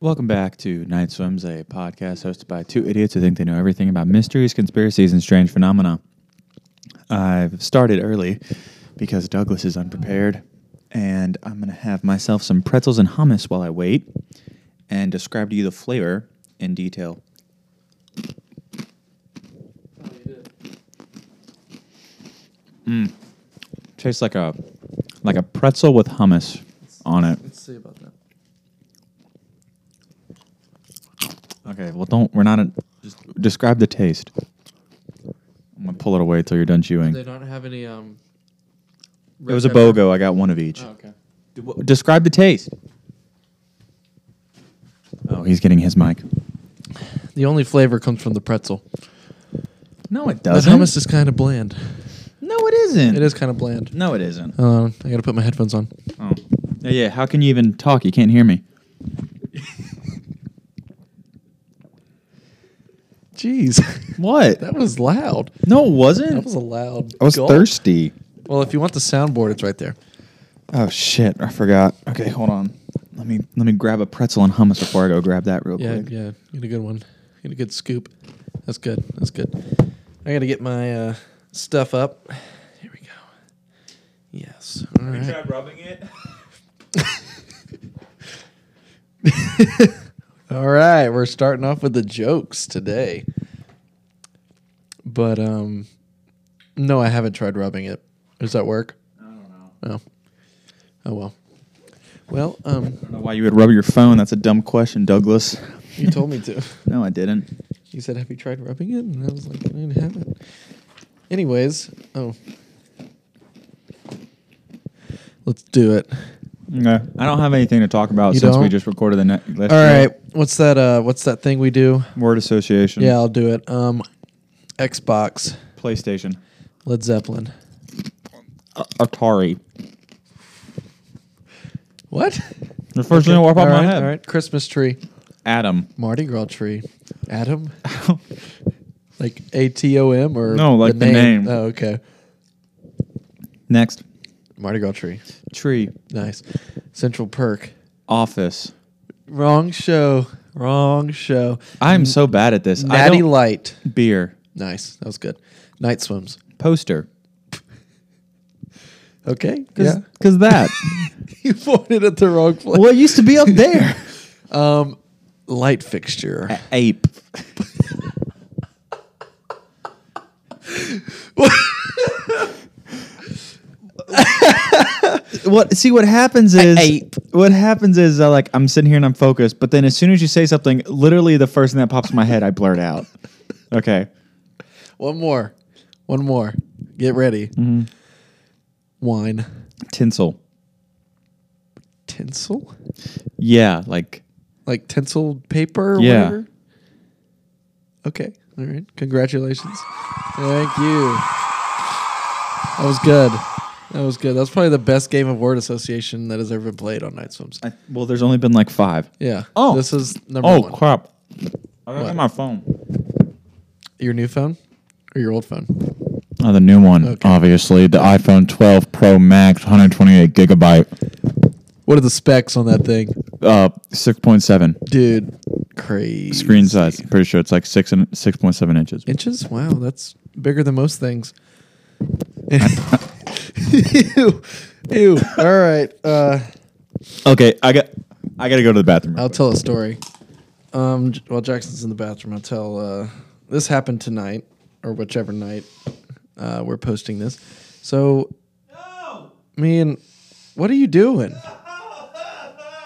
Welcome back to Night Swims, a podcast hosted by two idiots who think they know everything about mysteries, conspiracies, and strange phenomena. I've started early because Douglas is unprepared, and I'm going to have myself some pretzels and hummus while I wait and describe to you the flavor in detail. Mm. Tastes like a like a pretzel with hummus on it. Let's see about that. Okay, well, don't. We're not. A, just describe the taste. I'm gonna pull it away till you're done chewing. They don't have any. Um, It was a BOGO. I got one of each. Oh, okay. D- wh- Describe the taste. Oh, he's getting his mic. The only flavor comes from the pretzel. No, it The doesn't. hummus is kind of bland. no, it isn't. It is kind of Oh. bland. No, it isn't. Hold on, I gotta put my headphones on. Oh, yeah, yeah. How can you even talk? You can't hear me. Jeez, What? that was loud. No, it wasn't. That was a loud. I was gulp. thirsty. Well, if you want the soundboard, it's right there. oh shit! I forgot. Okay, hold on. Let me let me grab a pretzel and hummus before I go grab that real Yeah, quick. yeah. Get a good one. Get a good scoop. That's good. That's good. I gotta get my uh, stuff up. Here we go. Yes. All right. rubbing it. All right, we're starting off with the jokes today. But um no, I haven't tried rubbing it. Does that work? I don't know. Oh. Oh well. Well, um I don't know why you would rub your phone. That's a dumb question, Douglas. you told me to. No, I didn't. You said have you tried rubbing it? And I was like, I didn't have it. Anyways, oh. Let's do it. I don't have anything to talk about You since we don't? just recorded the next. All right. What's that uh what's that thing we do? Word association. Yeah, I'll do it. Um Xbox, PlayStation. Led Zeppelin. Atari. What? The first thing that All popped in my right, head. all right. Christmas tree, Adam. Mardi Gras tree, Adam, like A T O M or No, like the name. Oh, okay. next. Mardi Gras tree, Tree. nice. Central Perk, Office. wrong show, wrong show. I'm so bad at this. I Natty don't- Light, beer. nice. That was good. Night swims, Poster. okay. Cause, yeah, 'cause that. you pointed at the wrong place. well, it used to be up there. Um, light fixture. Ape. what see what happens is ape. what happens is uh, like I'm sitting here and I'm focused, but then as soon as you say something, literally the first thing that pops in my head I blurt out. Okay. One more, one more. Get ready. Mm-hmm. Wine, Tinsel. tinsel. Yeah, like like tinsel paper or Yeah. whatever. Okay. All right. Congratulations. Thank you. That was good. That was good. That was probably the best game of word association that has ever been played on Night Swims. I, well, there's only been like five. Yeah. Oh. This is number Oh one. crap. I got What? my phone. Your new phone or your old phone? Oh, the new one, Okay. obviously. The iPhone 12 Pro Max, 128 gigabyte, What are the specs on that thing? uh, 6.7. Dude, crazy. screen size. Pretty sure it's like six and six point seven inches. Inches? Wow, that's bigger than most things. ew. Ew. All right. Uh Okay, I got I got to go to the bathroom. I'll tell a story. Um, J- while Jackson's in the bathroom, I'll tell. Uh, this happened tonight, or whichever night uh, we're posting this. So, me and what are you doing?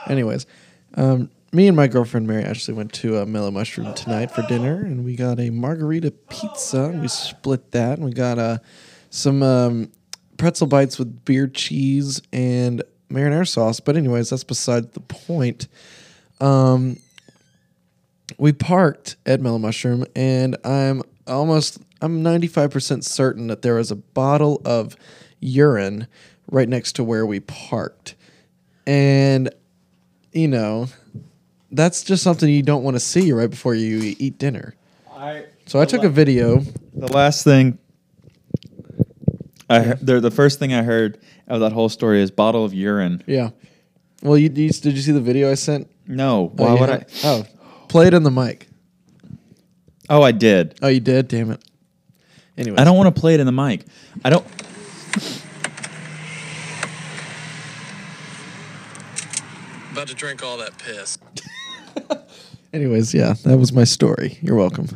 Anyways, um, me and my girlfriend Mary Ashley went to uh, Mellow Mushroom tonight for dinner, and we got a margarita pizza. and we split that, and we got uh, some um, pretzel bites with beer cheese and marinara sauce. But anyways, that's beside the point um, we parked at Mellow Mushroom, and I'm almost I'm 95% certain that there was a bottle of urine right next to where we parked, and you know, that's just something you don't want to see right before you eat dinner. I, So I took a video. the last thing. I he- the, the first thing I heard of that whole story is bottle of urine. Yeah. Well, you, you did you see the video I sent? No. Oh, Why you would I? had- Oh, play it in the mic. Oh, I did. Oh, you did. Damn it. Anyway, I don't want to play it in the mic. I don't. About to drink all that piss. Anyways, yeah, that was my story. You're welcome.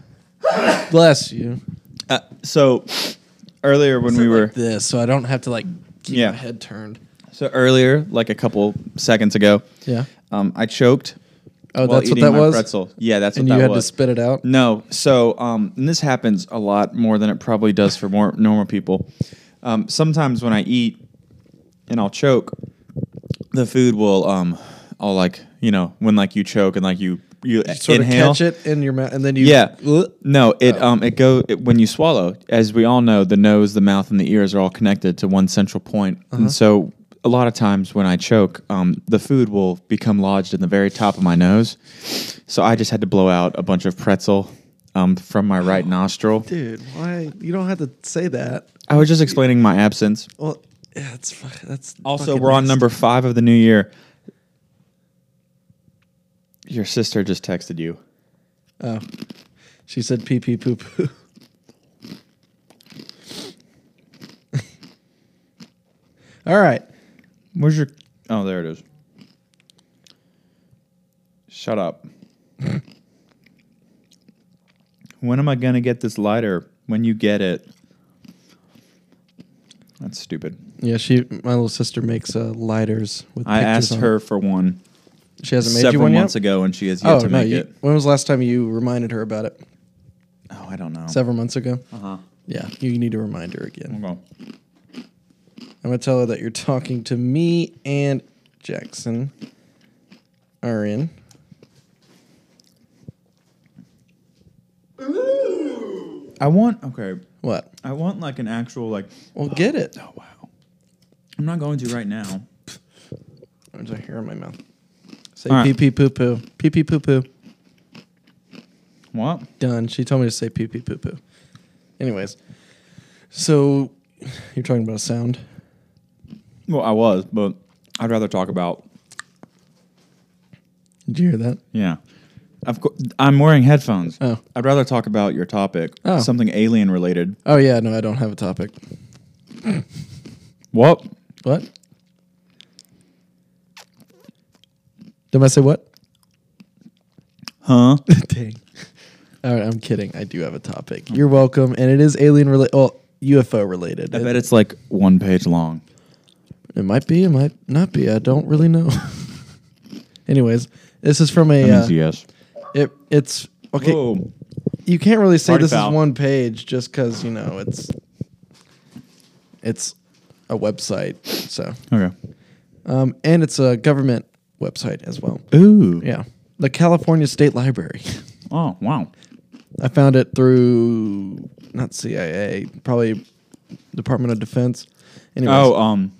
Bless you. Uh, so earlier when we were like this, so I don't have to like keep Yeah. my head turned. so earlier, like a couple seconds ago, Yeah. um, I choked. Oh, while that's what eating that my was. Pretzel. Yeah, that's And what you that had was. to spit it out. No, so um, and this happens a lot more than it probably does for more normal people. Um, sometimes when I eat and I'll choke, the food will um, I'll like you know when like you choke and like you you Sort inhale. of catch it in your mouth, and then you. Yeah. No, it um it go it, when you swallow. As we all know, the nose, the mouth, and the ears are all connected to one central point. And so a lot of times when I choke, um, the food will become lodged in the very top of my nose. So I just had to blow out a bunch of pretzel um, from my right nostril. Dude, why you don't have to say that? I was just explaining my absence. Well, yeah, it's fuck- that's. Also, fucking we're on nasty. number five of the new year. Your sister just texted you. Oh, she said pee pee poo poo. All right. Where's your? Oh, there it is. Shut up. when am I gonna get this lighter? When you get it? That's stupid. Yeah, she, my little sister, makes uh, lighters with. I pictures asked on her for one it. She hasn't made you several one months yet. ago, and she has yet Oh to no! make you- it. when was the last time you reminded her about it? Oh, I don't know. Several months ago. Uh-huh. Yeah, you need to remind her again. Okay. I'm gonna tell her that you're talking to me and Jackson. Are in. I want. Okay. What? I want like an actual like. Well, get it. Oh wow. I'm not going to right now. There's a hair in my mouth. Say All right. pee pee poo poo. Pee pee poo poo. What? Done. She told me to say pee pee poo poo. Anyways, so you're talking about sound. Well, I was, but I'd rather talk about Did you hear that? Yeah. Of course, I'm wearing headphones. Oh. I'd rather talk about your topic, Oh. something alien related. Oh yeah, no, I don't have a topic. What? What? Did I say what? Huh? Dang. All right, I'm kidding. I do have a topic. You're welcome, and it is alien related. Well, UFO related. I it, bet it's like one page long. it might be. It might not be. I don't really know. Anyways, this is from a. That Uh, means yes. it it's okay. Whoa. You can't really say Party this foul. is one page just because you know it's it's a website. So Okay. um, and it's a government website as well. Ooh. Yeah, the California State Library. Oh, wow. I found it through not CIA, probably Department of Defense. Anyways, Oh, um,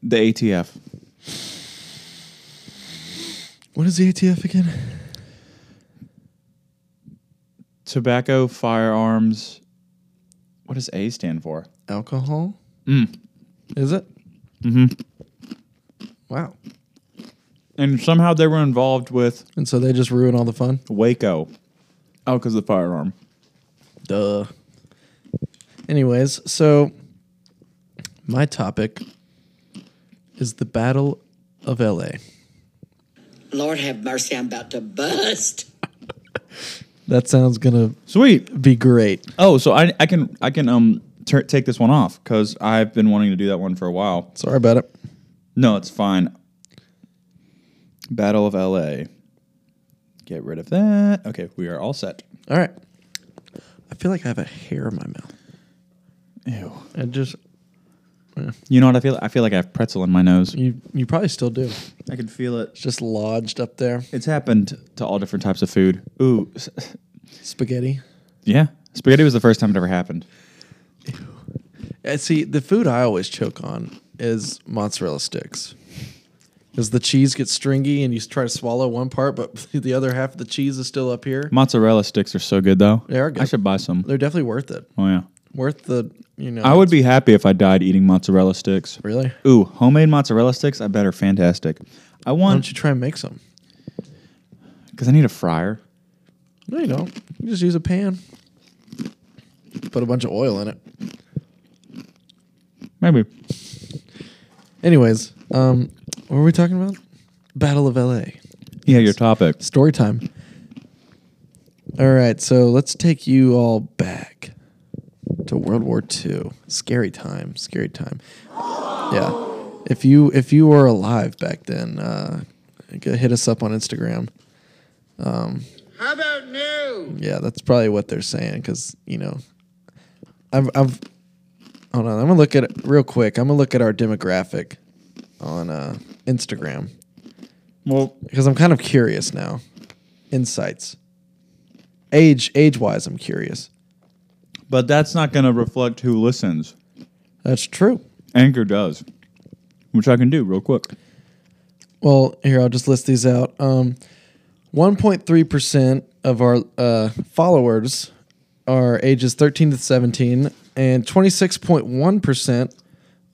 the ATF. what is the ATF again? Tobacco, firearms. What does A stand for? Alcohol. Mm. Is it? Mm-hmm. Wow. And somehow they were involved with And so they just ruin all the fun. Waco. Oh, because the firearm. Duh. Anyways, so my topic is the Battle of LA. Lord have mercy, I'm about to bust. That sounds gonna Sweet. be great. Oh, so I, I can I can um tur take this one off because I've been wanting to do that one for a while. Sorry about it. No, it's fine. Battle of L.A. Get rid of that. Okay, we are all set. All right. I feel like I have a hair in my mouth. Ew. I just You know what I feel? I feel like I have pretzel in my nose. you you probably still do. I can feel it. It's just lodged up there. It's happened to all different types of food. Ooh, s- Spaghetti. yeah. Spaghetti was the first time it ever happened. Uh, see, the food I always choke on is mozzarella sticks. Because the cheese gets stringy and you try to swallow one part, but the other half of the cheese is still up here. Mozzarella sticks are so good though. They are good. I should buy some. They're definitely worth it. Oh yeah. Worth the, you know. I would be happy if I died eating mozzarella sticks. Really? Ooh, homemade mozzarella sticks, I bet are fantastic. I Why want don't you try and make some? because I need a fryer. No, you don't. You just use a pan. Put a bunch of oil in it. Maybe Anyways, um, what were we talking about? Battle of L.A. yeah, your topic. Story time. All right, so let's take you all back to World War II. Scary time, scary time. Yeah, if you if you were alive back then, uh, g- hit us up on Instagram. Um, How about new? Yeah, that's probably what they're saying because you know, I've I've hold on. I'm gonna look at it real quick. I'm gonna look at our demographic on uh, Instagram Well, because I'm kind of curious now. Insights, age age wise, I'm curious. but that's not going to reflect who listens. That's true. Anchor does, which I can do real quick. Well, here I'll just list these out. Um, 1.3 percent of our uh, followers are ages 13 to 17, and 26.1 percent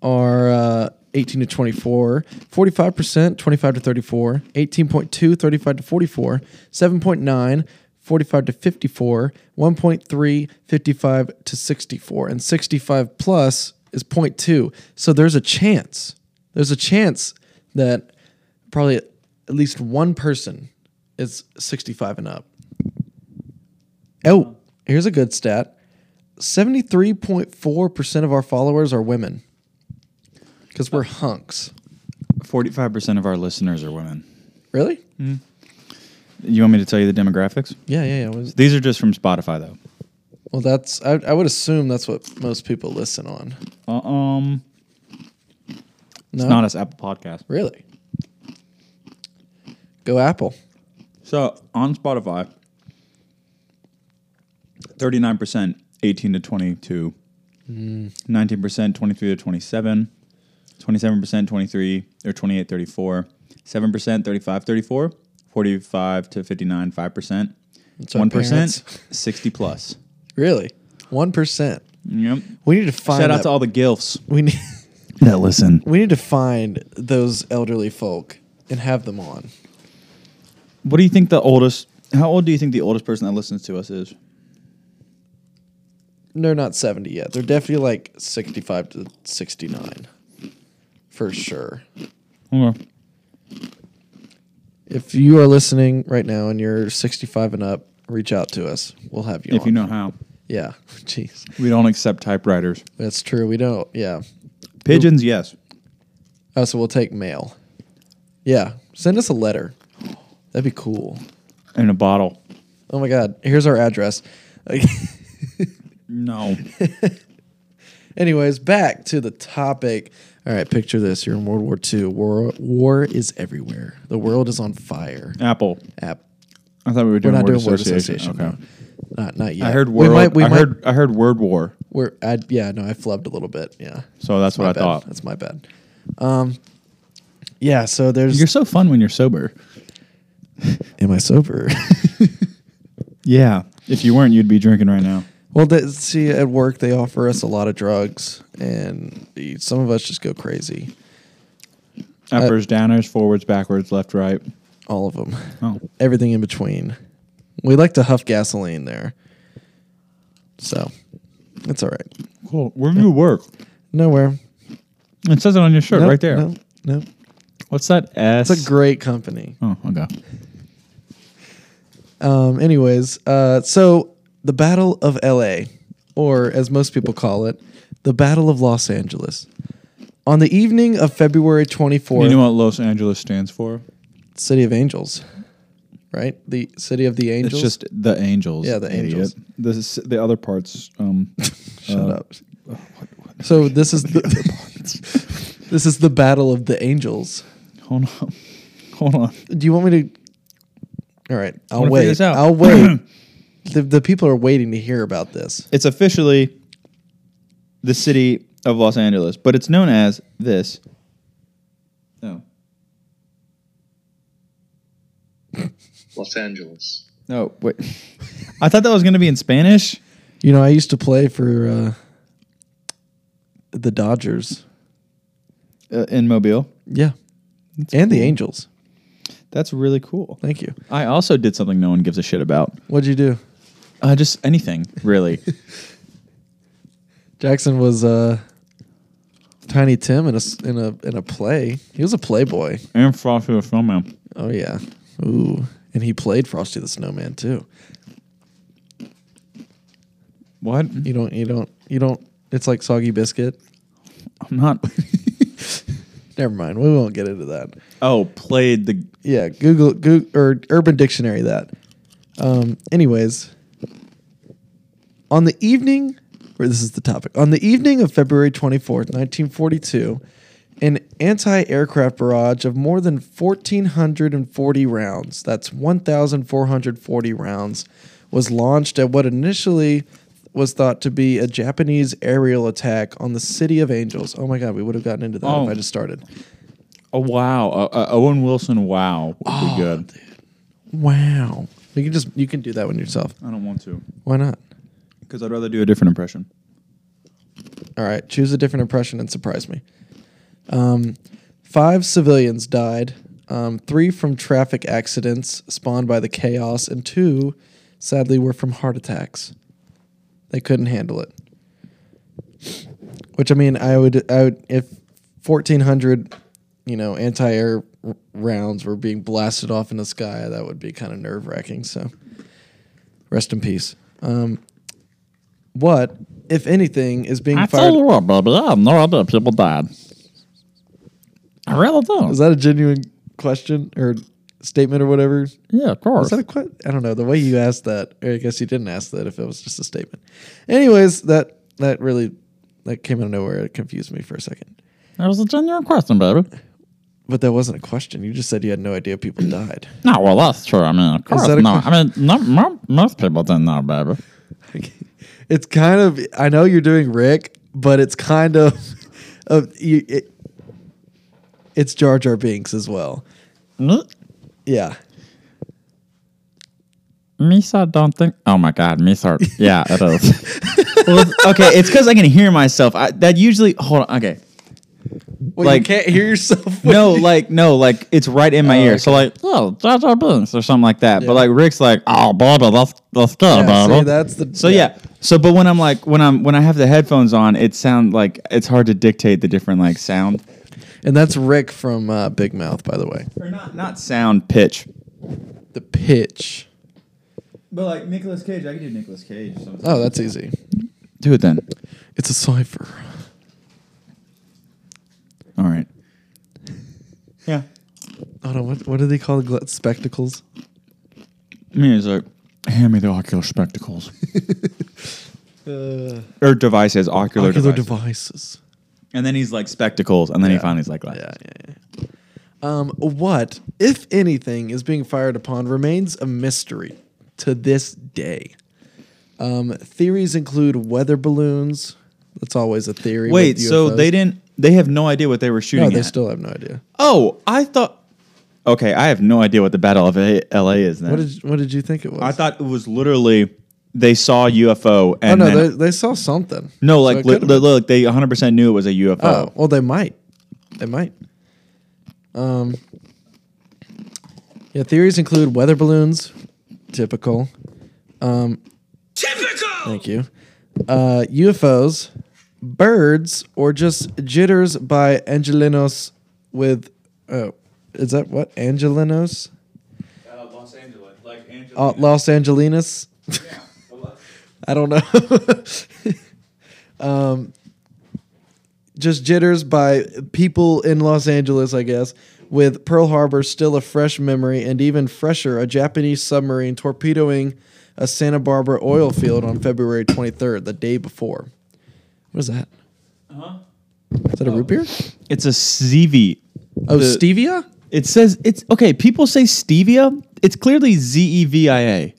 are uh, 18 to 24, 45 percent 25 to 34, 18.2 35 to 44, 7.9 45 to 54, 1.3 55 to 64, and 65 plus is 0.2. So there's a chance. There's a chance that probably at least one person is 65 and up. Oh, here's a good stat 73.4% of our followers are women because we're hunks. Forty-five percent of our listeners are women. Really? Mm-hmm. You want me to tell you the demographics? Yeah, yeah, yeah. Was- These are just from Spotify, though. Well, that's, I, I would assume that's what most people listen on. Uh, um, No, it's not as Apple Podcast. really. Go Apple. So on Spotify, thirty-nine percent, eighteen to twenty-two, Hmm. nineteen percent, twenty-three to twenty-seven, twenty-seven percent, twenty-three or 28, 34, seven percent, 35, 34, 45 to fifty-nine, five percent, our one percent, parents. sixty plus. Really? 1%. Yep. We need to find Shout out that- to all the gilfs we need that listen. we need to find those elderly folk and have them on. What do you think the oldest? How old do you think the oldest person that listens to us is? they're not 70 yet. They're definitely like 65 to 69 for sure. Okay. If you are listening right now and you're 65 and up, reach out to us. We'll have you If on. you know how, Yeah. Jeez. we don't accept typewriters. That's true. We don't. Yeah. Pigeons, yes. Oh, so we'll take mail. Yeah. Send us a letter. That'd be cool. In a bottle. Oh my God. Here's our address. No. Anyways, back to the topic. All right, picture this. You're in World War II. War, war is everywhere. The world is on fire. Apple. App. I thought we were We're doing, not word, doing word association. association. Okay. no. Not not yet. I heard We word. might. We I might. heard. I heard word war. We're. I, yeah. No. I flubbed a little bit. Yeah. So that's My what I bad. thought. That's my bad. Um. Yeah. So there's. You're so fun when you're sober. am I sober? Yeah. If you weren't, you'd be drinking right now. well, that, see, at work they offer us a lot of drugs, and some of us just go crazy. Uh, Uppers, downers, forwards, backwards, left, right. All of them. Oh. Everything in between. We like to huff gasoline there. So, it's all right. Cool. Where do you work? Nowhere. It says it on your shirt Nope, right there. No. No. What's that S? It's a great company. oh, okay. Um, anyways, uh, so the Battle of LA, or as most people call it, the Battle of Los Angeles. On the evening of February 24th, You know what Los Angeles stands for? City of Angels, right? The City of the Angels. It's just the angels. Yeah, the idiot. angels. This is- the other parts. Um, Shut up. So this is the this is the Battle of the Angels. hold on, hold on. Do you want me to? All right, I'll wanna figure wait. this out. I'll wait. the, the people are waiting to hear about this. It's officially the city of Los Angeles, but it's known as this. No, Los Angeles. no. Wait, I thought that was going to be in Spanish. You know, I used to play for uh, the Dodgers. Uh, in Mobile, Yeah. and the Angels. That's really cool. Thank you. I also did something no one gives a shit about. What'd you do? Uh, just anything, really. Jackson was uh, Tiny Tim in a s- in a in a play. He was a playboy. and Frosty the Snowman. Oh yeah. Ooh, and he played Frosty the Snowman too. What? You don't. You don't. You don't. It's like soggy biscuit. I'm not. Never mind. We won't get into that. oh, played the. Yeah. Google. Google or Urban Dictionary that. Um. Anyways. On the evening, or this is the topic. On the evening of February twenty fourth, nineteen forty two. An anti aircraft barrage of more than 1,440 rounds, that's 1,440 rounds, was launched at what initially was thought to be a Japanese aerial attack on the City of Angels. Oh my God, we would have gotten into that Oh. if I just started. Oh wow, uh, uh, Owen Wilson. Wow, would be good. Wow. You can just you can do that one yourself. I don't want to Why not? because I'd rather do a different impression. All right, choose a different impression and surprise me. Um, five civilians died, um, three from traffic accidents spawned by the chaos, and two, sadly, were from heart attacks. They couldn't handle it. Which I mean, I would, I would, if fourteen hundred, you know, anti-air r- rounds were being blasted off in the sky, that would be kind of nerve-wracking. So, rest in peace. Um, what, if anything, is being fired? what, baby, I have no idea people died. I really do. Is that a genuine question or statement or whatever? yeah, of Is course. that a question? I don't know. The way you asked that, or I guess you didn't ask that if it was just a statement. Anyways, that that really that came out of nowhere. It confused me for a second. that was a genuine question, baby. But that wasn't a question. You just said you had no idea people died. No, well, that's true. I mean, of course, that a no. que- I mean, no, mo- most people didn't know, baby. it's kind of I know you're doing Rick, but it's kind of of you it, it's Jar Jar Binks as well. Me, Yeah. Misa don't think. Oh my God, Misa. Yeah, it is. well, okay, it's because I can hear myself. I, that usually. Hold on. Okay. Well, you Like- can't hear yourself. No, like no, like it's right in my ear. So like, oh, Jar Jar Binks or something like that. But like Rick's like, oh, Baba, that's that's good, Yeah, Baba. see, that's the so yeah. So but when I'm like when I'm when I have the headphones on, it sound like it's hard to dictate the different like sound And that's Rick from uh, Big Mouth, by the way. or not not sound pitch. The pitch. But like Nicolas Cage, I can do Nicolas Cage. Oh, that's easy. Uh, Do it then. It's a cipher. All right. Yeah. Oh no, what what do they call the gla- spectacles? Me is like, hand me the ocular spectacles or devices, Uh, ocular, Ocular devices. devices. and then he's like spectacles, and then he Yeah. finally's like, glasses. Yeah, yeah, yeah. Um, what, if anything, is being fired upon remains a mystery to this day. Um, theories include weather balloons. That's always a theory. with Wait, so UFOs. they didn't? They have no idea what they were shooting No, they at. still have no idea. oh, I thought. Okay, I have no idea what the Battle of A- L.A. is. Then What did what did you think it was? I thought it was literally they saw UFO Oh and no, then- they, they saw something. no, So like it li- could've li- look, they 100 percent knew it was a UFO. Oh, well, they might. They might. Um, yeah, theories include weather balloons, typical. Um, Typical! Thank you. Uh, UFOs, birds, or just jitters by Angelinos with. Uh, is that what? Angelinos? Los Angeles, like Angeles. Uh, Los Angelinos? I don't know. um, just jitters by people in Los Angeles, I guess, with Pearl Harbor still a fresh memory and even fresher, a Japanese submarine torpedoing a Santa Barbara oil field on February 23rd, the day before. What is that? Uh-huh. Is that a root beer? It's a CV. Oh, The- stevia? It says it's okay. People say stevia. It's clearly Z E V I A.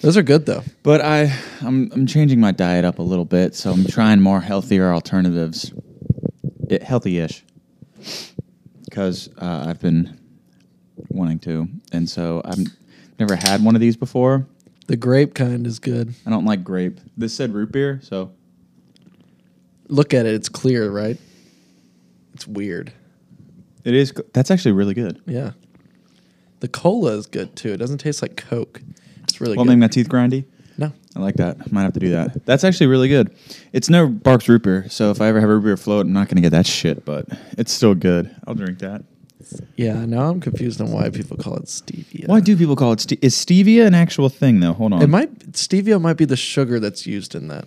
Those are good, though. But I, I'm, I'm changing my diet up a little bit, so I'm trying more healthier alternatives, it, healthy-ish, because uh, I've been wanting to, and so I've never had one of these before. The grape kind is good. I don't like grape. This said root beer, so Look at it. It's clear, right? It's weird. it is. That's actually really good. Yeah. The cola is good too. It doesn't taste like Coke. It's really One good. thing my teeth grindy. no. I like that. Might have to do that. That's actually really good. It's no Barks root beer, so if I ever have a root beer float, I'm not gonna get that shit, but it's still good. I'll drink that. Yeah, now I'm confused on why people call it stevia. Why do people call it ste- is stevia an actual thing though? Hold on. It might stevia might be the sugar that's used in that,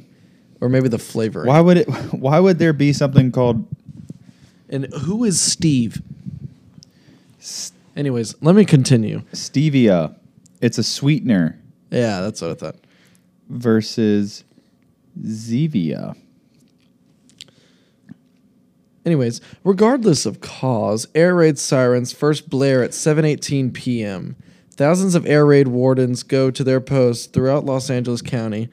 or maybe the flavoring. why would it? Why would there be something called? And who is Steve? Anyways, let me continue. Stevia. It's a sweetener Yeah, that's what I thought. versus Zevia. Anyways, regardless of cause, air raid sirens first blare at 7:18 p.m. Thousands of air raid wardens go to their posts throughout Los Angeles County.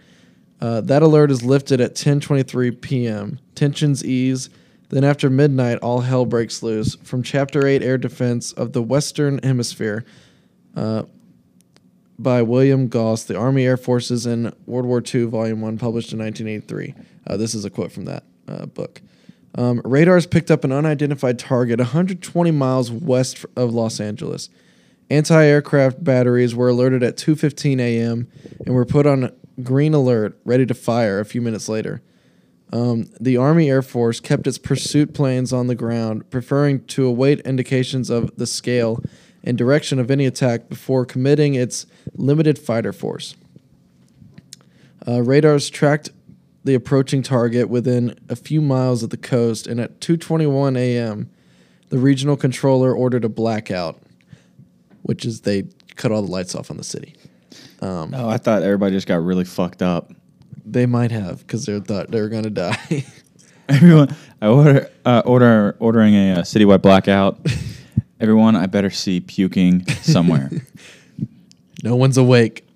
Uh, that alert is lifted at 10:23 p.m. Tensions ease. Then after midnight, all hell breaks loose from Chapter 8 Air Defense of the Western Hemisphere by William Goss, The Army Air Forces in World War II, Volume 1, published in 1983. Uh, this is a quote from that uh, book. Um, radars picked up an unidentified target 120 miles west of Los Angeles. Anti-aircraft batteries were alerted at 2:15 a.m. and were put on green alert, ready to fire a few minutes later. Um, the Army Air Force kept its pursuit planes on the ground, preferring to await indications of the scale and direction of any attack before committing its limited fighter force. Uh, radars tracked the approaching target within a few miles of the coast, and at 2:21 a.m., the regional controller ordered a blackout, which is they cut all the lights off on the city. Um. Oh, I thought everybody just got really fucked up. They might have because they thought they were gonna die. Everyone, I order uh, order ordering a uh, citywide blackout. Everyone, I better see puking somewhere. No one's awake.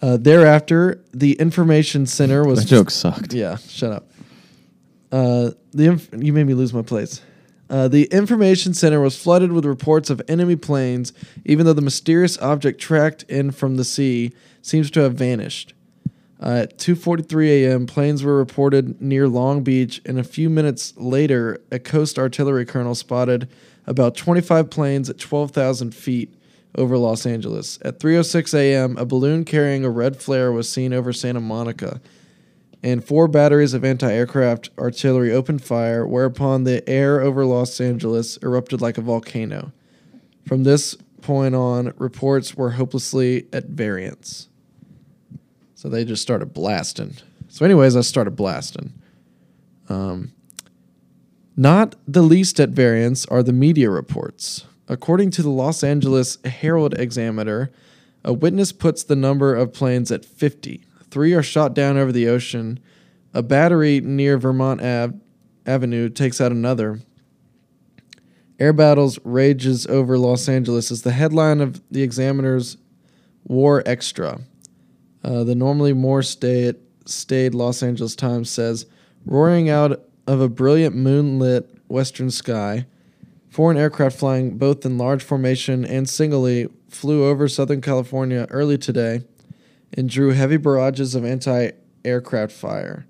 Uh, thereafter, the information center was. that joke sucked. Yeah, shut up. Uh, the inf- you made me lose my place. Uh, the information center was flooded with reports of enemy planes, even though the mysterious object tracked in from the sea seems to have vanished. Uh, at 2:43 a.m., planes were reported near Long Beach, and a few minutes later, a Coast Artillery colonel spotted about 25 planes at 12,000 feet over Los Angeles. At 3:06 a.m., a balloon carrying a red flare was seen over Santa Monica, and four batteries of anti-aircraft artillery opened fire, whereupon the air over Los Angeles erupted like a volcano. From this point on, reports were hopelessly at variance. So they just started blasting. So, anyways, I started blasting. Um, not the least at variance are the media reports. According to the Los Angeles Herald Examiner, a witness puts the number of planes at 50. Three are shot down over the ocean. A battery near Vermont Ave- Avenue takes out another. Air battles rages over Los Angeles is the headline of the Examiner's War Extra. Uh, the normally more stay at, stayed Los Angeles Times says, roaring out of a brilliant moonlit western sky, foreign aircraft flying both in large formation and singly flew over Southern California early today and drew heavy barrages of anti aircraft fire.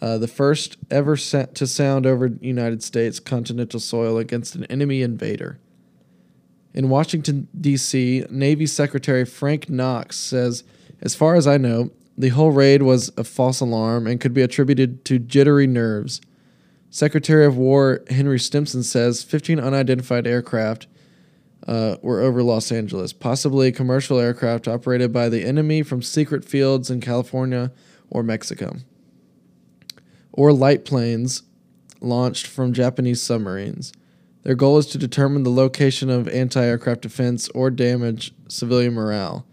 Uh, the first ever sent to sound over United States continental soil against an enemy invader. In Washington, D.C., Navy Secretary Frank Knox says, As far as I know, the whole raid was a false alarm and could be attributed to jittery nerves. Secretary of War Henry Stimson says 15 unidentified aircraft uh, were over Los Angeles, possibly commercial aircraft operated by the enemy from secret fields in California or Mexico, or light planes launched from Japanese submarines. Their goal is to determine the location of anti aircraft defense or damage civilian morale,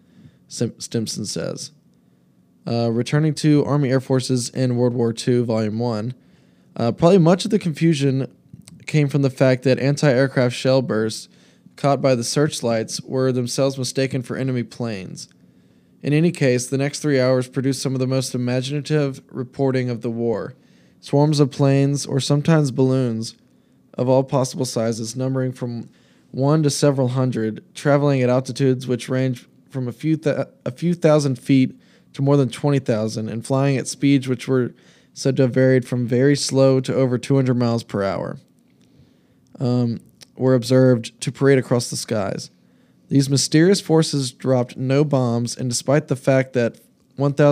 Sim- Stimson says. Uh, returning to Army Air Forces in World War II, Volume 1, uh, probably much of the confusion came from the fact that anti aircraft shell bursts caught by the searchlights were themselves mistaken for enemy planes. In any case, the next three hours produced some of the most imaginative reporting of the war. Swarms of planes, or sometimes balloons, of all possible sizes, numbering from one to several hundred, traveling at altitudes which range from a few th- a few thousand feet to more than twenty thousand, and flying at speeds which were said to have varied from very slow to over two hundred miles per hour, um, were observed to parade across the skies. These mysterious forces dropped no bombs, and despite the fact that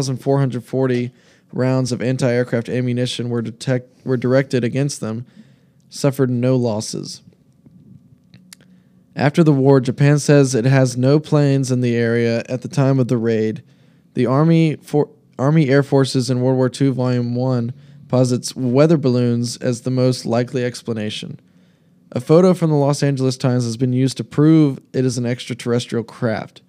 1,440 rounds of anti-aircraft ammunition were detect were directed against them, suffered no losses. After the war, Japan says it has no planes in the area at the time of the raid. The Army for- Army Air Forces in World War II, Volume 1, posits weather balloons as the most likely explanation. A photo from the Los Angeles Times has been used to prove it is an extraterrestrial craft.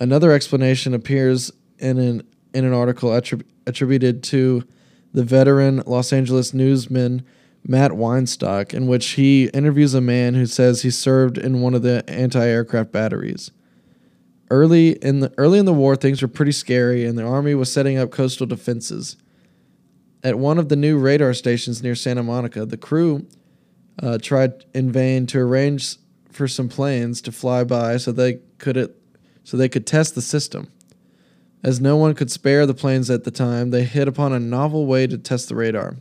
Another explanation appears in an in an article attrib- attributed to the veteran Los Angeles newsman Matt Weinstock, in which he interviews a man who says he served in one of the anti-aircraft batteries. Early in the early in the war, things were pretty scary, and the army was setting up coastal defenses. At one of the new radar stations near Santa Monica, the crew uh, tried in vain to arrange for some planes to fly by so they could it, so they could test the system. As no one could spare the planes at the time, they hit upon a novel way to test the radar.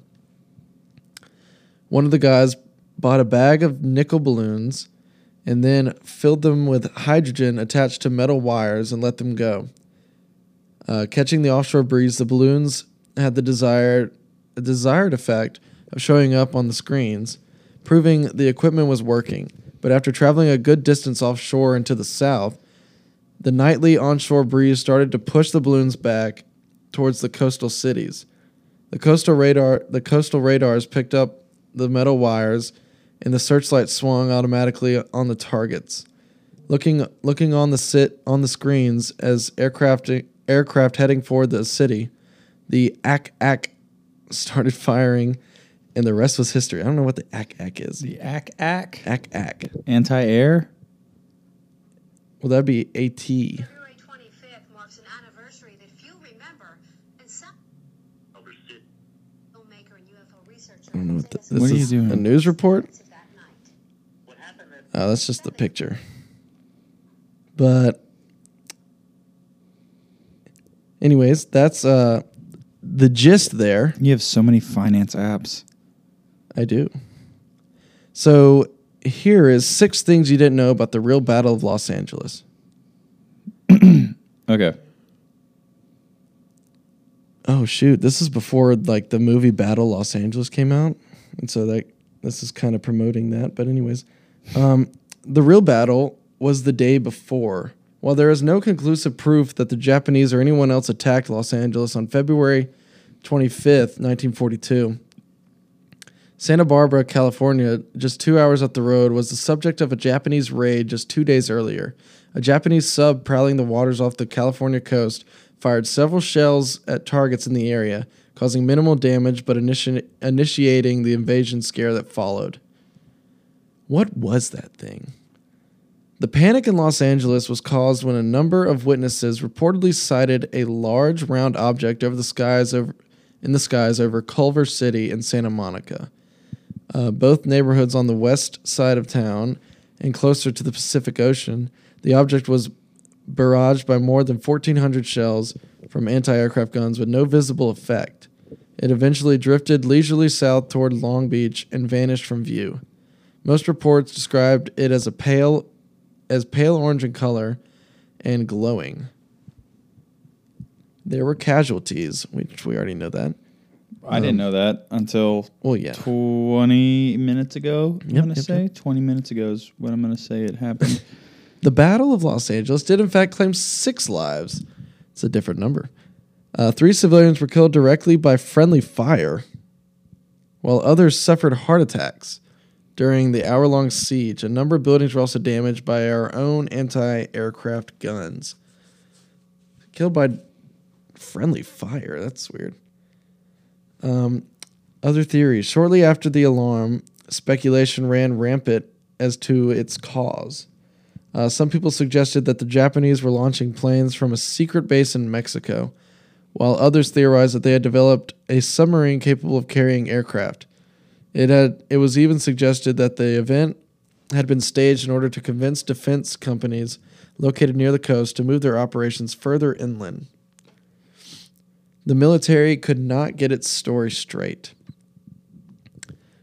One of the guys bought a bag of nickel balloons and then filled them with hydrogen attached to metal wires and let them go. Uh, catching the offshore breeze, the balloons had the desired desired effect of showing up on the screens, proving the equipment was working. But after traveling a good distance offshore and to the south, the nightly onshore breeze started to push the balloons back towards the coastal cities. The coastal radar the coastal radars picked up the metal wires and the searchlight swung automatically on the targets. Looking looking on the sit on the screens as aircraft aircraft heading for the city, the ack ack started firing and the rest was history. I don't know what the ack ack is. The ack ack. Ack ack. Anti air? Well that'd be A T. February 25th marks an anniversary that few remember, and some filmmaker and UFO researcher. I don't know what Mm, th- Isaiah this What are you is doing? A news report? Smith that night. Oh, that's just the picture. But anyways, that's uh the gist there. You have so many finance apps. I do. So here is six things you didn't know about the real Battle of Los Angeles. Okay. Oh shoot, this is before like the movie Battle Los Angeles came out, and so that this is kind of promoting that. But anyways, um, the real battle was the day before. While there is no conclusive proof that the Japanese or anyone else attacked Los Angeles on February 25th, 1942, Santa Barbara, California, just two hours up the road, was the subject of a Japanese raid just two days earlier. A Japanese sub prowling the waters off the California coast fired several shells at targets in the area, causing minimal damage but initi- initiating the invasion scare that followed. What was that thing? The panic in Los Angeles was caused when a number of witnesses reportedly sighted a large round object over the skies over, in the skies over Culver City and Santa Monica uh, both neighborhoods on the west side of town and closer to the Pacific Ocean. The object was barraged by more than 1,400 shells from anti aircraft guns with no visible effect. It eventually drifted leisurely south toward Long Beach and vanished from view. Most reports described it as a pale, as pale orange in color, and glowing. There were casualties, which we already know that. I didn't know that until Well, yeah. 20 minutes ago. I'm Yep, going to yep, say 20 minutes ago is when I'm going to say it happened. The Battle of Los Angeles did, in fact, claim six lives. It's a different number. Uh, three civilians were killed directly by friendly fire, while others suffered heart attacks during the hour long siege. A number of buildings were also damaged by our own anti aircraft guns. Killed by friendly fire. That's weird. Um, Other theories. Shortly after the alarm, speculation ran rampant as to its cause. Uh, some people suggested that the Japanese were launching planes from a secret base in Mexico, while others theorized that they had developed a submarine capable of carrying aircraft. It had it was even suggested that the event had been staged in order to convince defense companies located near the coast to move their operations further inland. The military could not get its story straight.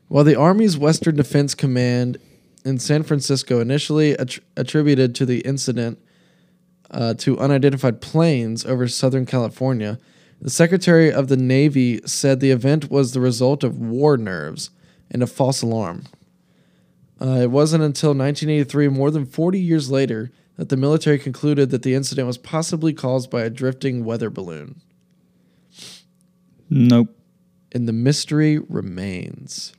While the Army's Western Defense Command in San Francisco initially attr attributed to the incident uh, to unidentified planes over Southern California. The Secretary of the Navy said the event was the result of war nerves and a false alarm. Uh, it wasn't until 1983, more than 40 years later, that the military concluded that the incident was possibly caused by a drifting weather balloon. Nope. Oh, And the mystery remains.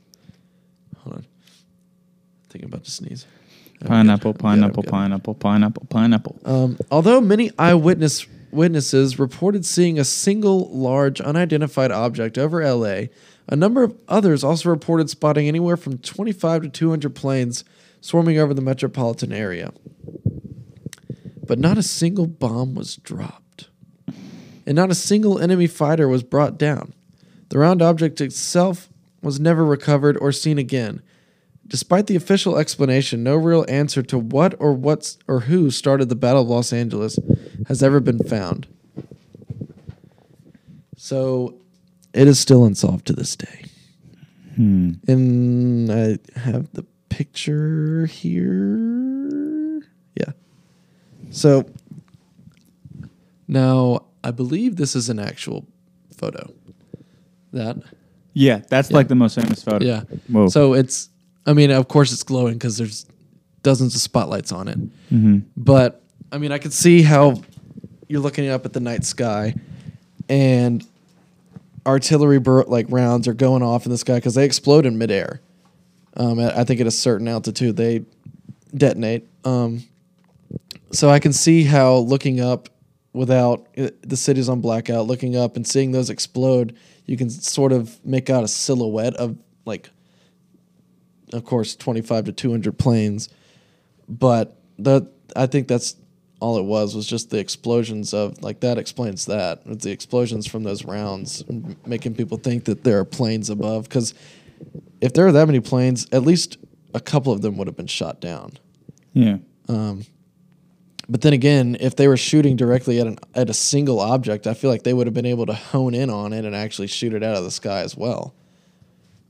Hold on. I think I'm about to sneeze. I'm good. Pineapple, I'm good, I'm pineapple, good. pineapple, pineapple, pineapple. Um, although many eyewitness witnesses reported seeing a single large unidentified object over LA, a number of others also reported spotting anywhere from 25 to 200 planes swarming over the metropolitan area. But not a single bomb was dropped, and not a single enemy fighter was brought down. The round object itself was never recovered or seen again. Despite the official explanation, no real answer to what or what's or who started the Battle of Los Angeles has ever been found. So it is still unsolved to this day. And I have the picture here. Yeah. So now I believe this is an actual photo. That yeah, that's like the most famous photo. yeah. Whoa. So it's, I mean, of course it's glowing because there's dozens of spotlights on it. But I mean, I could see how you're looking up at the night sky, and artillery bur- like rounds are going off in the sky because they explode in midair. Um, at, I think at a certain altitude they detonate. Um, so I can see how looking up without uh, the city's on blackout, looking up and seeing those explode, you can sort of make out a silhouette of like, of course, 25 to 200 planes. But that I think that's all it was was just the explosions of like that explains that it's the explosions from those rounds m- making people think that there are planes above because if there were that many planes at least a couple of them would have been shot down yeah. but then again, if they were shooting directly at an at a single object, I feel like they would have been able to hone in on it and actually shoot it out of the sky as well.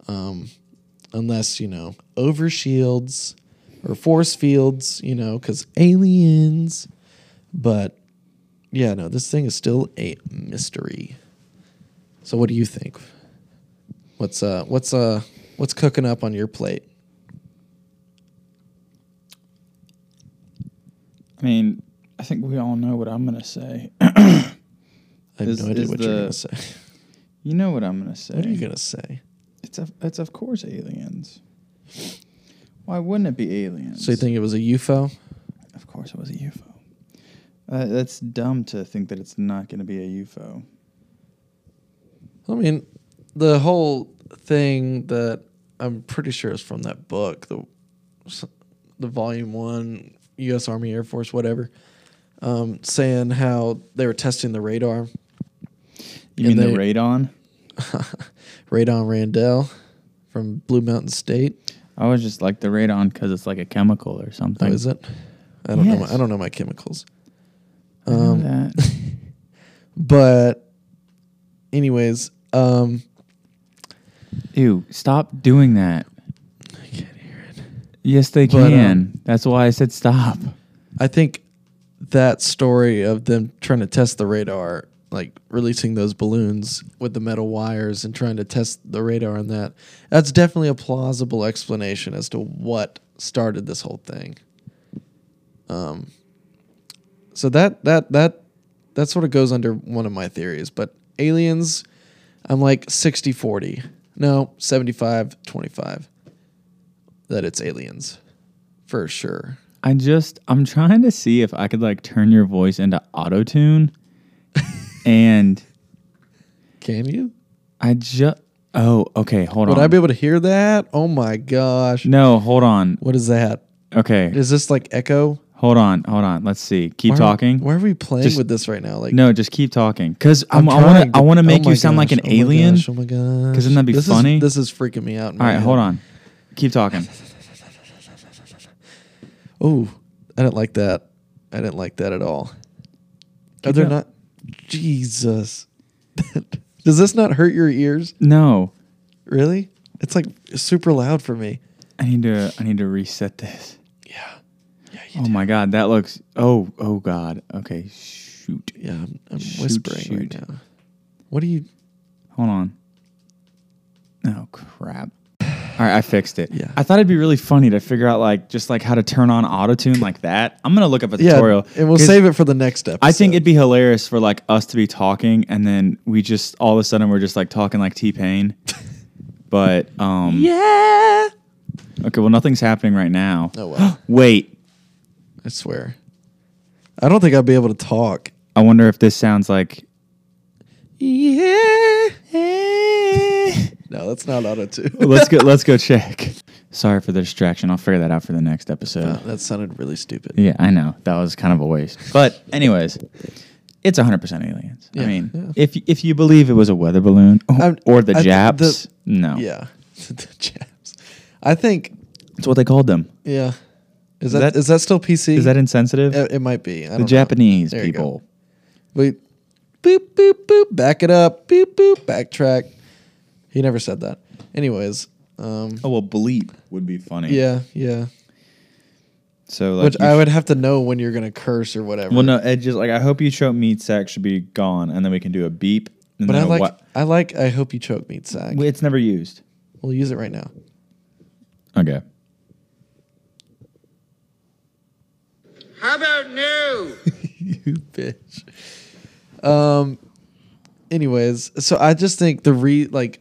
Um, unless you know over shields or force fields, you know, because aliens. But yeah, no, this thing is still a mystery. So what do you think? What's uh what's uh what's cooking up on your plate? I mean, I think we all know what I'm gonna say. I have Is- no idea is what you're the- gonna say. You know what I'm gonna say. What are you gonna say? It's of, it's of course aliens. Why wouldn't it be aliens? So you think it was a UFO? Of course, it was a UFO. Uh, that's dumb to think that it's not gonna be a UFO. I mean, the whole thing that I'm pretty sure is from that book, the the volume one, U.S. Army, Air Force, whatever, um, saying how they were testing the radar, You And mean the they- radon? radon Randell from Blue Mountain State. I was just like the radon because it's like a chemical or Oh, something. is it? I don't know. Yes. My, I don't know my chemicals, I know um, that. but anyways, um, Ew! Stop doing that. I can't hear it. Yes, they But, um, can. That's why I said stop. I think that story of them trying to test the radar, like releasing those balloons with the metal wires and trying to test the radar on that, that's definitely a plausible explanation as to what started this whole thing. Um, so that that that that sort of goes under one of my theories, but aliens, I'm like 60 40. No, 75 25. That it's aliens for sure. I just I'm trying to see if I could like turn your voice into auto tune, and Can you? I just oh okay hold Would on. I be able to hear that? Oh my gosh. no, hold on. What is that? Okay, Is this like echo? hold on, hold on. Let's see. Keep Why are- talking. Why are we playing Just- with this right now? Like no, just keep talking because I I'm want trying to I want to oh make my you sound like gosh, an oh my alien. gosh, Oh my gosh. 'Cause wouldn't that be This is- funny? this is freaking me out. All right, hold on. Keep talking. Oh, I didn't like that. I didn't like that at all. Are there going. not? Jesus. Does this not hurt your ears? No, Really? It's like super loud for me. I need to. I need to reset this. Yeah. Yeah. You Oh my god, that looks. Oh oh god. Okay, shoot. Yeah, I'm, I'm Shoot, whispering right shoot. now. What do you? Hold on. Oh crap. All right, I fixed it. Yeah. I thought it'd be really funny to figure out like just like how to turn on autotune like that. I'm gonna look up a Yeah, tutorial. and we'll 'cause save it for the next episode. I think it'd be hilarious for like us to be talking and then we just all of a sudden we're just like talking like T Pain. but um Yeah. Okay, well nothing's happening right now. Oh well, Wait. I swear. I don't think I'd be able to talk. I wonder if this sounds like Yeah. No, that's not auto tune. let's go let's go check. Sorry for the distraction. I'll figure that out for the next episode. that sounded really stupid. Yeah, I know. That was kind of a waste. But anyways, it's 100% aliens. I Yeah, mean, yeah. if if you believe it was a weather balloon or, I'm- or the I- the- Japs, no. Yeah. the chaps. I think. That's what they called them. Yeah. Is that- that is that still PC? Is that insensitive? It, it might be. I don't the know. Japanese There you go. people. Wait. Boop, boop, boop. Back it up. Boop, boop. Backtrack. He never said that. Anyways. Um, Oh, well, bleep would be funny. yeah, yeah. So, like, Which you I sh- would have to know when you're going to curse or whatever. Well, no, Ed just like, I hope you choke meat sack should be gone, and then we can do a beep. And But then I a like, wha- I like, I hope you choke meat sack. Well, It's never used. We'll use it right now. Okay. How about new? you bitch. Um. Anyways, so I just think the re like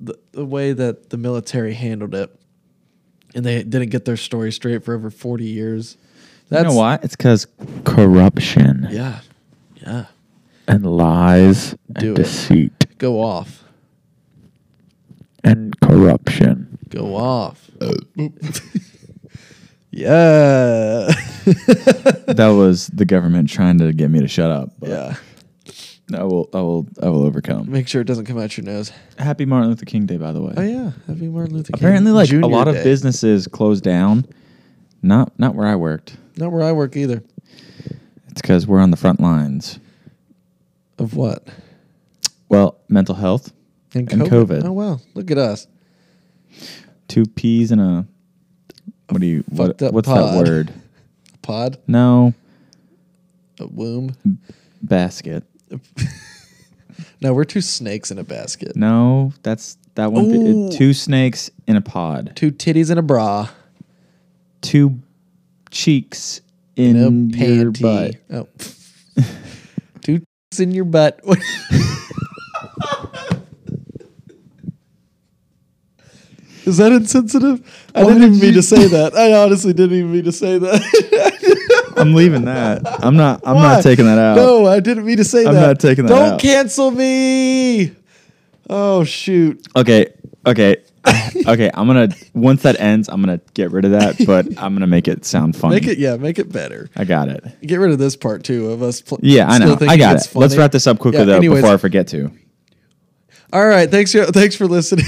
the, the way that the military handled it, and they didn't get their story straight for over forty years. That's you know why? It's because corruption Yeah, yeah. and lies and Do it. deceit Go off. and corruption. Go off. yeah. that was the government trying to get me to shut up. But yeah. I will. I will. I will overcome. Make sure it doesn't come out your nose. Happy Martin Luther King Day, by the way. Oh yeah, happy Martin Luther King. Apparently, like a Junior lot Day. of businesses closed down. Not not where I worked. Not where I work either. It's because we're on the front lines. Of what? Well, mental health, And COVID. Oh wow, look at us. two peas in a. What do you? What, fucked up what's pod. that word? Pod, No a womb. basket. No, we're two snakes in a basket. No, that's that one. Ooh. two snakes in a pod. Two titties in a bra. Two cheeks in No your panty. butt. Oh. two tits in your butt. Is that insensitive? I Why didn't even did mean you- to say that. I honestly didn't even mean to say that. I'm leaving that. I'm not. I'm Why? not taking that out. No, I didn't mean to say I'm that. not taking that Don't out. cancel me. Oh shoot. Okay. Okay. okay. I'm gonna. Once that ends, I'm gonna get rid of that. But I'm gonna make it sound funny. Make it yeah, make it better. I got it. Get rid of this part too of us. Pl- Yeah, I still know. thinking I got it. it's funny. Let's wrap this up quickly Yeah, though anyways. before I forget to. All right, thanks. For, thanks for listening.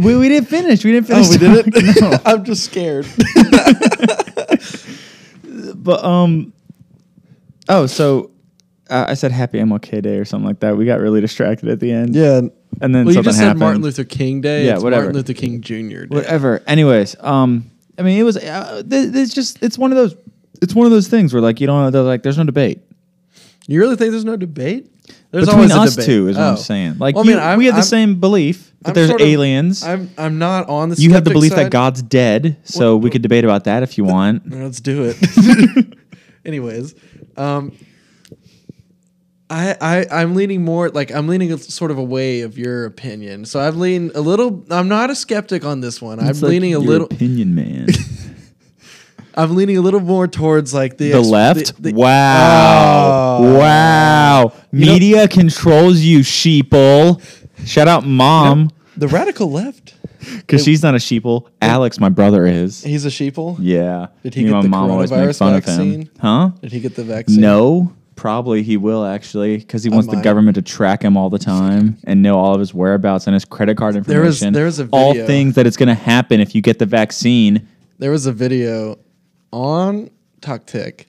We, we didn't finish. We didn't oh, finish. we did it. no. I'm just scared. But um. Oh, so uh, I said Happy MLK Day or something like that. We got really distracted at the end. yeah. And then Well, you something just said happened. Martin Luther King Day. Yeah, it's whatever. Martin Luther King Jr. Day. whatever. Anyways, um, I mean, it was. Uh, th- it's just. It's one of those. It's one of those things where like you don't. They're like, there's no debate. You really think there's no debate? There's between always a us debate. two is what Oh. I'm saying. Like Well, you, I'm- we have I'm- the same belief that I'm there's sort of- aliens. I'm I'm not on the. you have the skeptic belief that side. God's dead, so we could debate about that if you want. Let's do it. Anyways, um, I I I'm leaning more like I'm leaning sort of away of your opinion. So I've leaned a little. I'm not a skeptic on this one. I'm It's like leaning a your little. opinion, man. I'm leaning a little more towards like the the ex- left. the- the- wow, Oh. wow. know- Media controls you, sheeple. Shout out mom the radical left. because she's not a sheeple. Alex, my brother, is. He's a sheeple. Yeah. Did he Me and get my the mom always make coronavirus fun of vaccine? him. Huh? Did he get the vaccine? No, probably he will actually because he wants the might. government to track him all the time and know all of his whereabouts and his credit card There is- information. there is a all video. things that it's going to happen if you get the vaccine. There was a video on TokTok,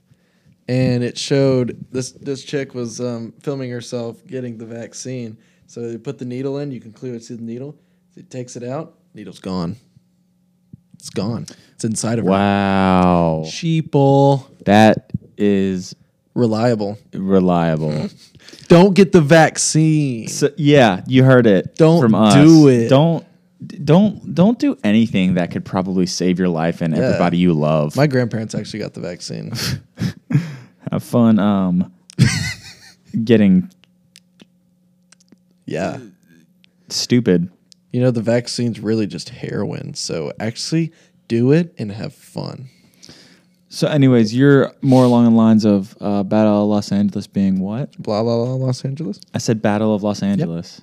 and it showed this this chick was um, filming herself getting the vaccine. So they put the needle in. You can clearly see the needle. It takes it out. Needle's gone. It's gone. It's inside of her. Wow. Sheeple. That is Reliable. reliable. Don't get the vaccine. So yeah, you heard it. Don't from us. do it. Don't don't don't do anything that could probably save your life and everybody you love. My grandparents actually got the vaccine. Have fun um getting yeah. stupid. You know, the vaccine's really just heroin. So actually do it and have fun. So anyways, you're more along the lines of uh, Battle of Los Angeles being what? Blah, blah, blah, Los Angeles. I said Battle of Los Angeles.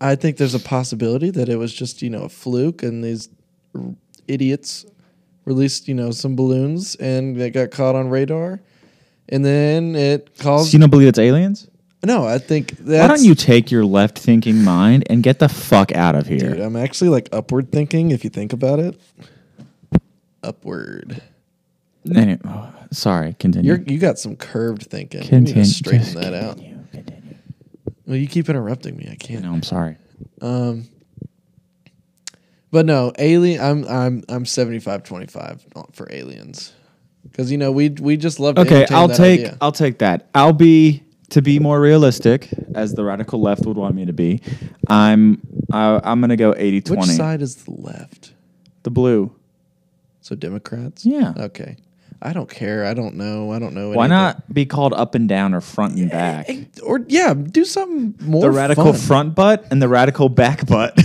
I think there's a possibility that it was just, you know, a fluke and these r- idiots released, you know, some balloons and they got caught on radar. And then it So caused. you don't believe it's aliens? no, I think that's. Why don't you take your left thinking mind and get the fuck out of here? Dude, I'm actually like upward thinking if you think about it. Upward. Anyway, oh, sorry, continue. You're, you got some curved thinking. You need continue. to straighten Just that out. continue, continue. Well, you keep interrupting me. I can't. No, I'm sorry. But no, alien. I'm I'm I'm 75 25 for aliens. Because you know we we just love. To Okay, entertain I'll that take idea. I'll take that. I'll be to be more realistic, as the radical left would want me to be. I'm I, I'm gonna go 80 Which 20. side is the left? The blue. So Democrats. Yeah. Okay. I don't care. I don't know. I don't know. Why anything. not be called up and down or front and back? Eh, Or yeah, do something more. The radical fun. front butt and the radical back butt.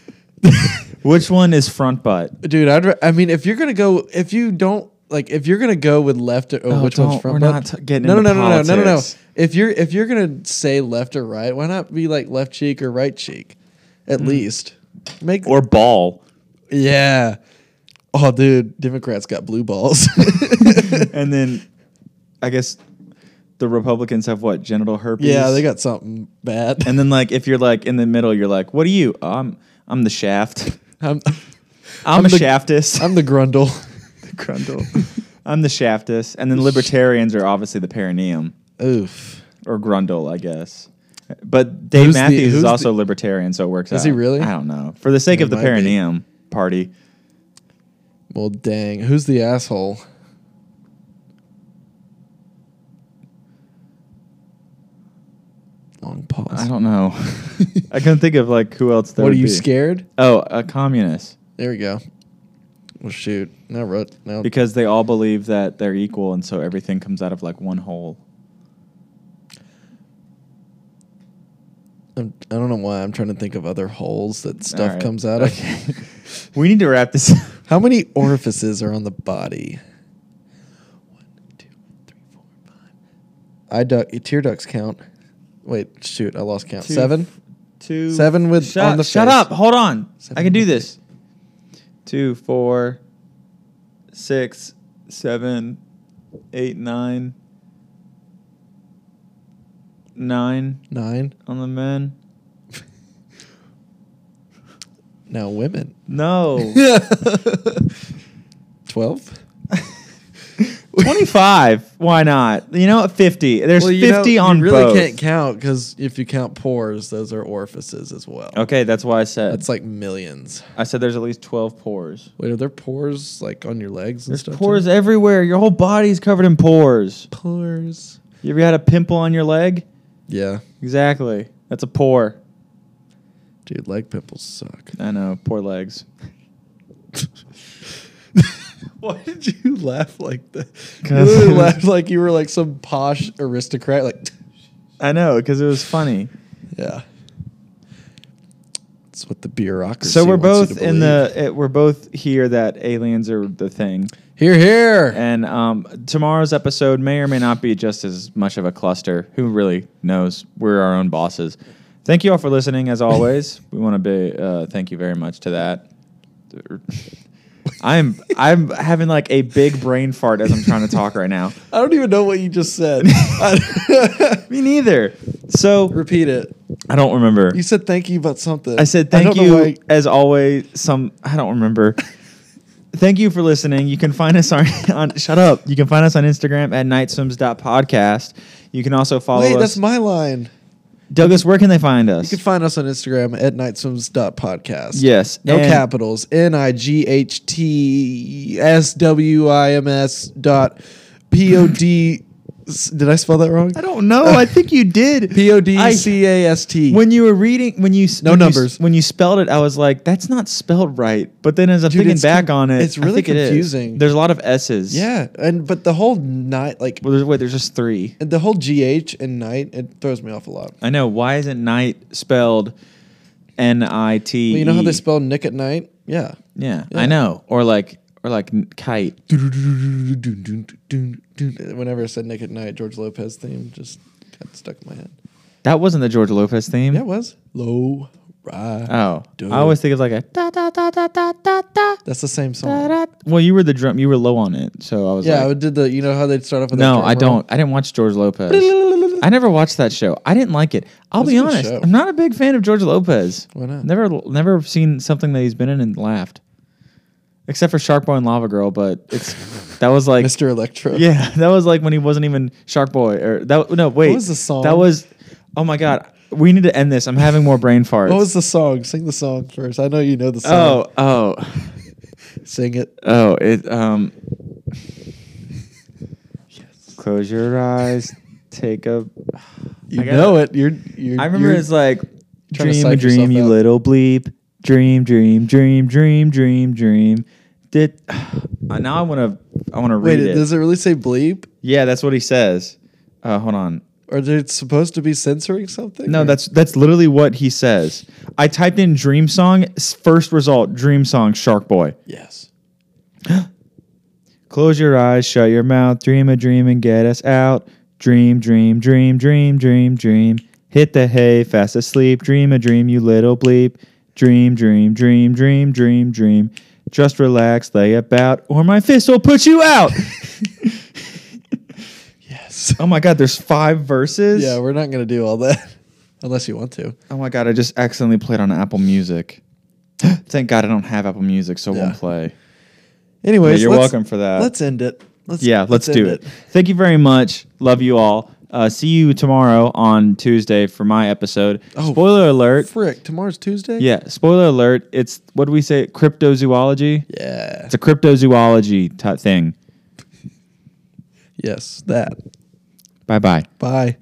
Which one is front butt? dude. I'd. Re- I mean, if you're gonna go, if you don't like, if you're gonna go with left or oh, Oh, which don't. one's front, We're butt- not t- getting no, into no, no, no, no, no, no, no. politics. If you're if you're gonna say left or right, why not be like left cheek or right cheek, at least make Hmm. Or ball. yeah. Oh, dude, Democrats got blue balls. And then I guess the Republicans have what? Genital herpes? yeah, they got something bad. And then like if you're like in the middle, you're like, what are you? Oh, I'm I'm the shaft. I'm, I'm, a the- shaftist. I'm the grundle. Grundle. I'm the shaftist. And then libertarians are obviously the perineum Oof. or grundle, I guess. But Dave Who's the- Matthews who's is the- also libertarian, so it works out. Is he really? I don't know. For the sake of the might be. perineum party, Well, dang. Who's the asshole? Long pause. I don't know. I couldn't think of like who else there What are would you be. scared? Oh, a communist. There we go. Well, shoot. Now, wrote now. Because they all believe that they're equal and so everything comes out of like one hole. I'm, I don't know why. I'm trying to think of other holes that stuff right. comes out of. We need to wrap this up. How many orifices are on the body? One, two, three, four, five. Eye duct, tear ducts count. Wait, shoot, I lost count. Two, Seven. Two. Seven with- shut, on the Shut face. up. Hold on. Seven I can do with the this. Two, four, six, seven, eight, nine, nine Nine. on the men. Now women. No. Twelve. 25. Why not? You know, 50. There's Well, you 50 know, on you really both. can't count because if you count pores, those are orifices as well. Okay, that's why I said. That's like millions. I said there's at least 12 pores. Wait, are there pores like on your legs and There's stuff? pores too? everywhere. Your whole body's covered in pores. Pores. You ever had a pimple on your leg? Yeah, Exactly. That's a pore. dude, leg pimples suck. I know. Poor legs. Why did you laugh like that? You 'Cause- literally laughed like you were like some posh aristocrat. Like, I know because it was funny. yeah. That's what the bureaucracy. So we're wants you both to in the it, we're both here that aliens are the thing, believe. here, here. and um, tomorrow's episode may or may not be just as much of a cluster. Who really knows? We're our own bosses. Thank you all for listening. As always, we want to be uh, thank you very much to that. I'm I'm having like a big brain fart as I'm trying to talk right now. I don't even know what you just said. I- Me neither. So Repeat it. I don't remember. You said thank you about something. I said don't thank know you why- as always. Some I don't remember. thank you for listening. You can find us on, on shut up. You can find us on Instagram at nightswims.podcast. You can also follow Wait, us. that's my line. Douglas, where can they find You us? can find us on Instagram at nightswims.podcast. Yes, No and- capitals. N I G H T S W I M S dot P O D. S- Did I spell that wrong? I don't know. I think you did. P O D I- C A S T. When you were reading, when you s- No when you s- numbers. when you spelled it, I was like, "That's not spelled right." But then, as I'm Dude, thinking it's back on con- it, it's I really think it is. confusing. There's a lot of S's. Yeah. And but the whole night like Well, there's, wait, there's just three. the whole G H and night, it throws me off a lot. I know. Why isn't night spelled N I T? E? Well, you know how they spell Nick at night? Yeah. Yeah, Yeah. I know. Or like, or like n- kite. Whenever I said Nick at Night, George Lopez theme just got stuck in my head. That wasn't the George Lopez theme. Yeah, it was. Low ride. Oh, Dude. I always think of like a da da da da da da da. That's the same song. da, da. Well, you were the drum. You were low on it, so I was Yeah, like, I did the. You know how they'd start off with that No, drum I roll? don't. I didn't watch George Lopez. I never watched that show. I didn't like it. I'll That's be a good honest. show. I'm not a big fan of George Lopez. Why not? Never, never seen something that he's been in and laughed, except for Shark Boy and Lava Girl. But it's that was like, Mr. Electro. yeah, that was like when he wasn't even Shark Boy or that. No, wait, was the song? That was, oh my god, we need to end this. I'm having more brain farts. What was the song? Sing the song first. I know you know the song. oh, oh, Sing it. oh, it um. Close your eyes. Take a You I gotta- know it. You're, you're I remember you're, it's like trying to dream a psych dream, yourself you out. little bleep. Dream, dream, dream, dream, dream, dream. Did Uh, now I want to I want to Wait, read it. does it really say bleep? Yeah, that's what he says. Uh, hold on. Or is it supposed to be censoring something? No, Or- that's that's literally what he says. I typed in dream song. s- First result, dream song, Shark Boy. Yes. Close your eyes, shut your mouth, dream a dream and get us out. Dream, dream, dream, dream, dream, dream. Hit the hay, fast asleep. Dream a dream, you little bleep. Dream, dream, dream, dream, dream, dream. Just relax, lay about, or my fist will put you out. Yes. oh my God, there's five verses. Yeah, we're not going to do all that unless you want to. Oh my God, I just accidentally played on Apple Music. Thank God I don't have Apple Music, so it Yeah. won't play. Anyways, Yeah, you're let's- welcome for that. Let's end it. Let's, yeah, let's, do end it. Thank you very much. Love you all. Uh, see you tomorrow on Tuesday for my episode. Oh, spoiler alert. Frick, tomorrow's Tuesday? yeah, spoiler alert. It's what do we say? Cryptozoology. Yeah. It's a cryptozoology type thing. Yes, that. Bye bye. Bye.